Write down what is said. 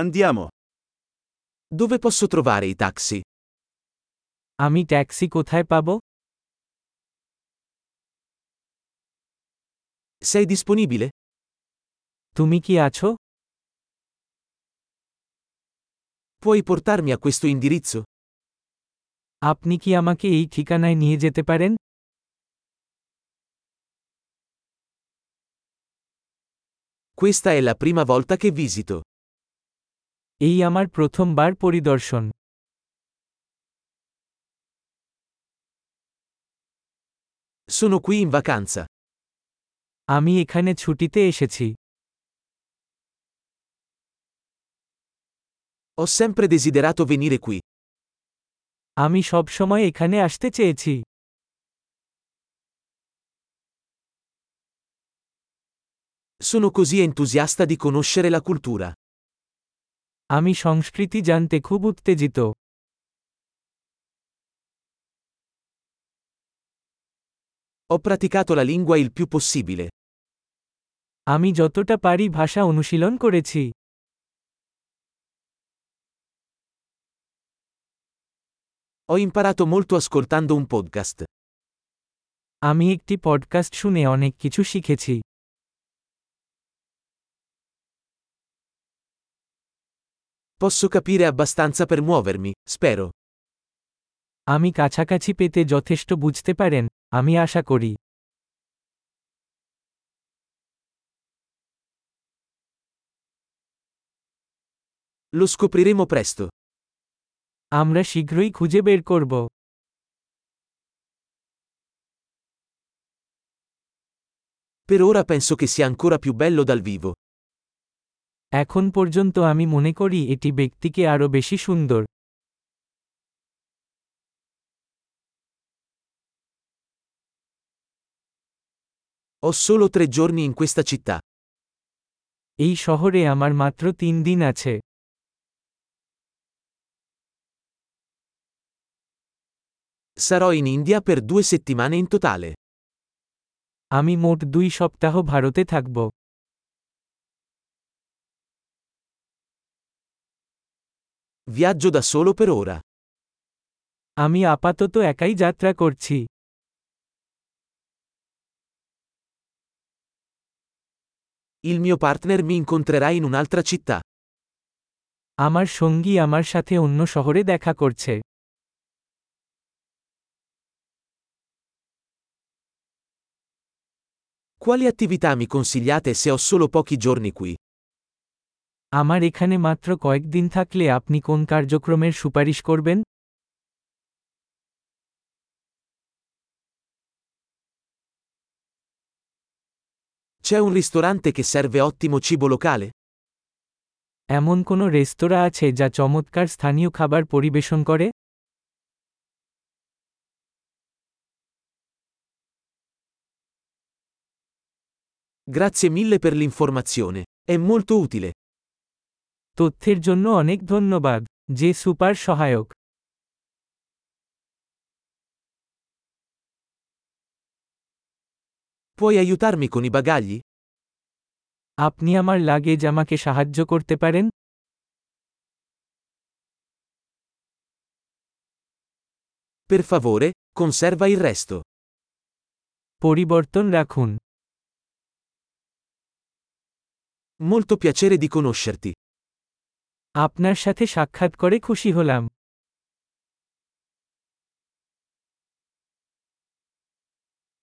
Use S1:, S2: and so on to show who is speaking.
S1: Andiamo. Dove posso trovare i taxi?
S2: আমি taxi কোথায় পাব
S1: Sei disponibile?
S2: তুমি কি আছো
S1: Puoi portarmi a questo indirizzo?
S2: আপনি কি আমাকে এই ঠিকানায় নিয়ে যেতে পারেন
S1: Questa è la prima volta che visito.
S2: এই আমার প্রথমবার পরিদর্শন
S1: Sono qui in vacanza.
S2: আমি এখানে ছুটিতে এসেছি
S1: Ho sempre desiderato venire qui.
S2: আমি সবসময় এখানে আসতে চেয়েছি
S1: Sono così entusiasta di conoscere la cultura.
S2: আমি সংস্কৃতি জানতে খুব উত্তেজিত
S1: Ho praticato la lingua il più possibile.
S2: আমি যতটা পারি ভাষা অনুশীলন করেছি
S1: Ho imparato molto ascoltando un podcast.
S2: আমি একটি পডকাস্ট শুনে অনেক কিছু শিখেছি
S1: Posso capire abbastanza per muovermi, spero.
S2: আমি কাছাকাছি পেতে যথেষ্ট বুঝতে পারেন আমি আশা করি
S1: Lo scopriremo presto.
S2: আমরা শীঘ্রই খুঁজে বের করব
S1: Per ora penso che sia ancora più bello dal vivo.
S2: এখন পর্যন্ত আমি মনে করি এটি ব্যক্তিকে আরও বেশি সুন্দর
S1: Ho solo tre giorni in questa città.
S2: এই শহরে আমার মাত্র তিন দিন আছে
S1: Sarò in India per due settimane in totale.
S2: আমি মোট দুই সপ্তাহ ভারতে থাকব
S1: Viaggio da solo per ora.
S2: আমি আপাতত একাই যাত্রা করছি
S1: Il mio partner mi incontrerà in un'altra città.
S2: আমার সঙ্গী আমার সাথে অন্য শহরে দেখা করছে
S1: Quali attività mi consigliate se ho solo pochi giorni qui?
S2: আমার এখানে মাত্র কয়েকদিন থাকলে আপনি কোন কার্যক্রমের সুপারিশ করবেন
S1: C'è un ristorante che serve ottimo cibo locale?
S2: এমন কোনো রেস্তোরাঁ আছে যা চমৎকার স্থানীয় খাবার পরিবেশন করে
S1: Grazie mille per l'informazione. È molto utile.
S2: তথ্যের জন্য অনেক ধন্যবাদ যে সুপার সহায়ক
S1: Puoi aiutarmi con i bagagli?
S2: আপনি আমার লাগেজ আমাকে সাহায্য করতে পারেন
S1: Per favore, conserva il resto.
S2: পরিবর্তন রাখুন
S1: Molto piacere di conoscerti.
S2: আপনার সাথে সাক্ষাৎ করে খুশি হলাম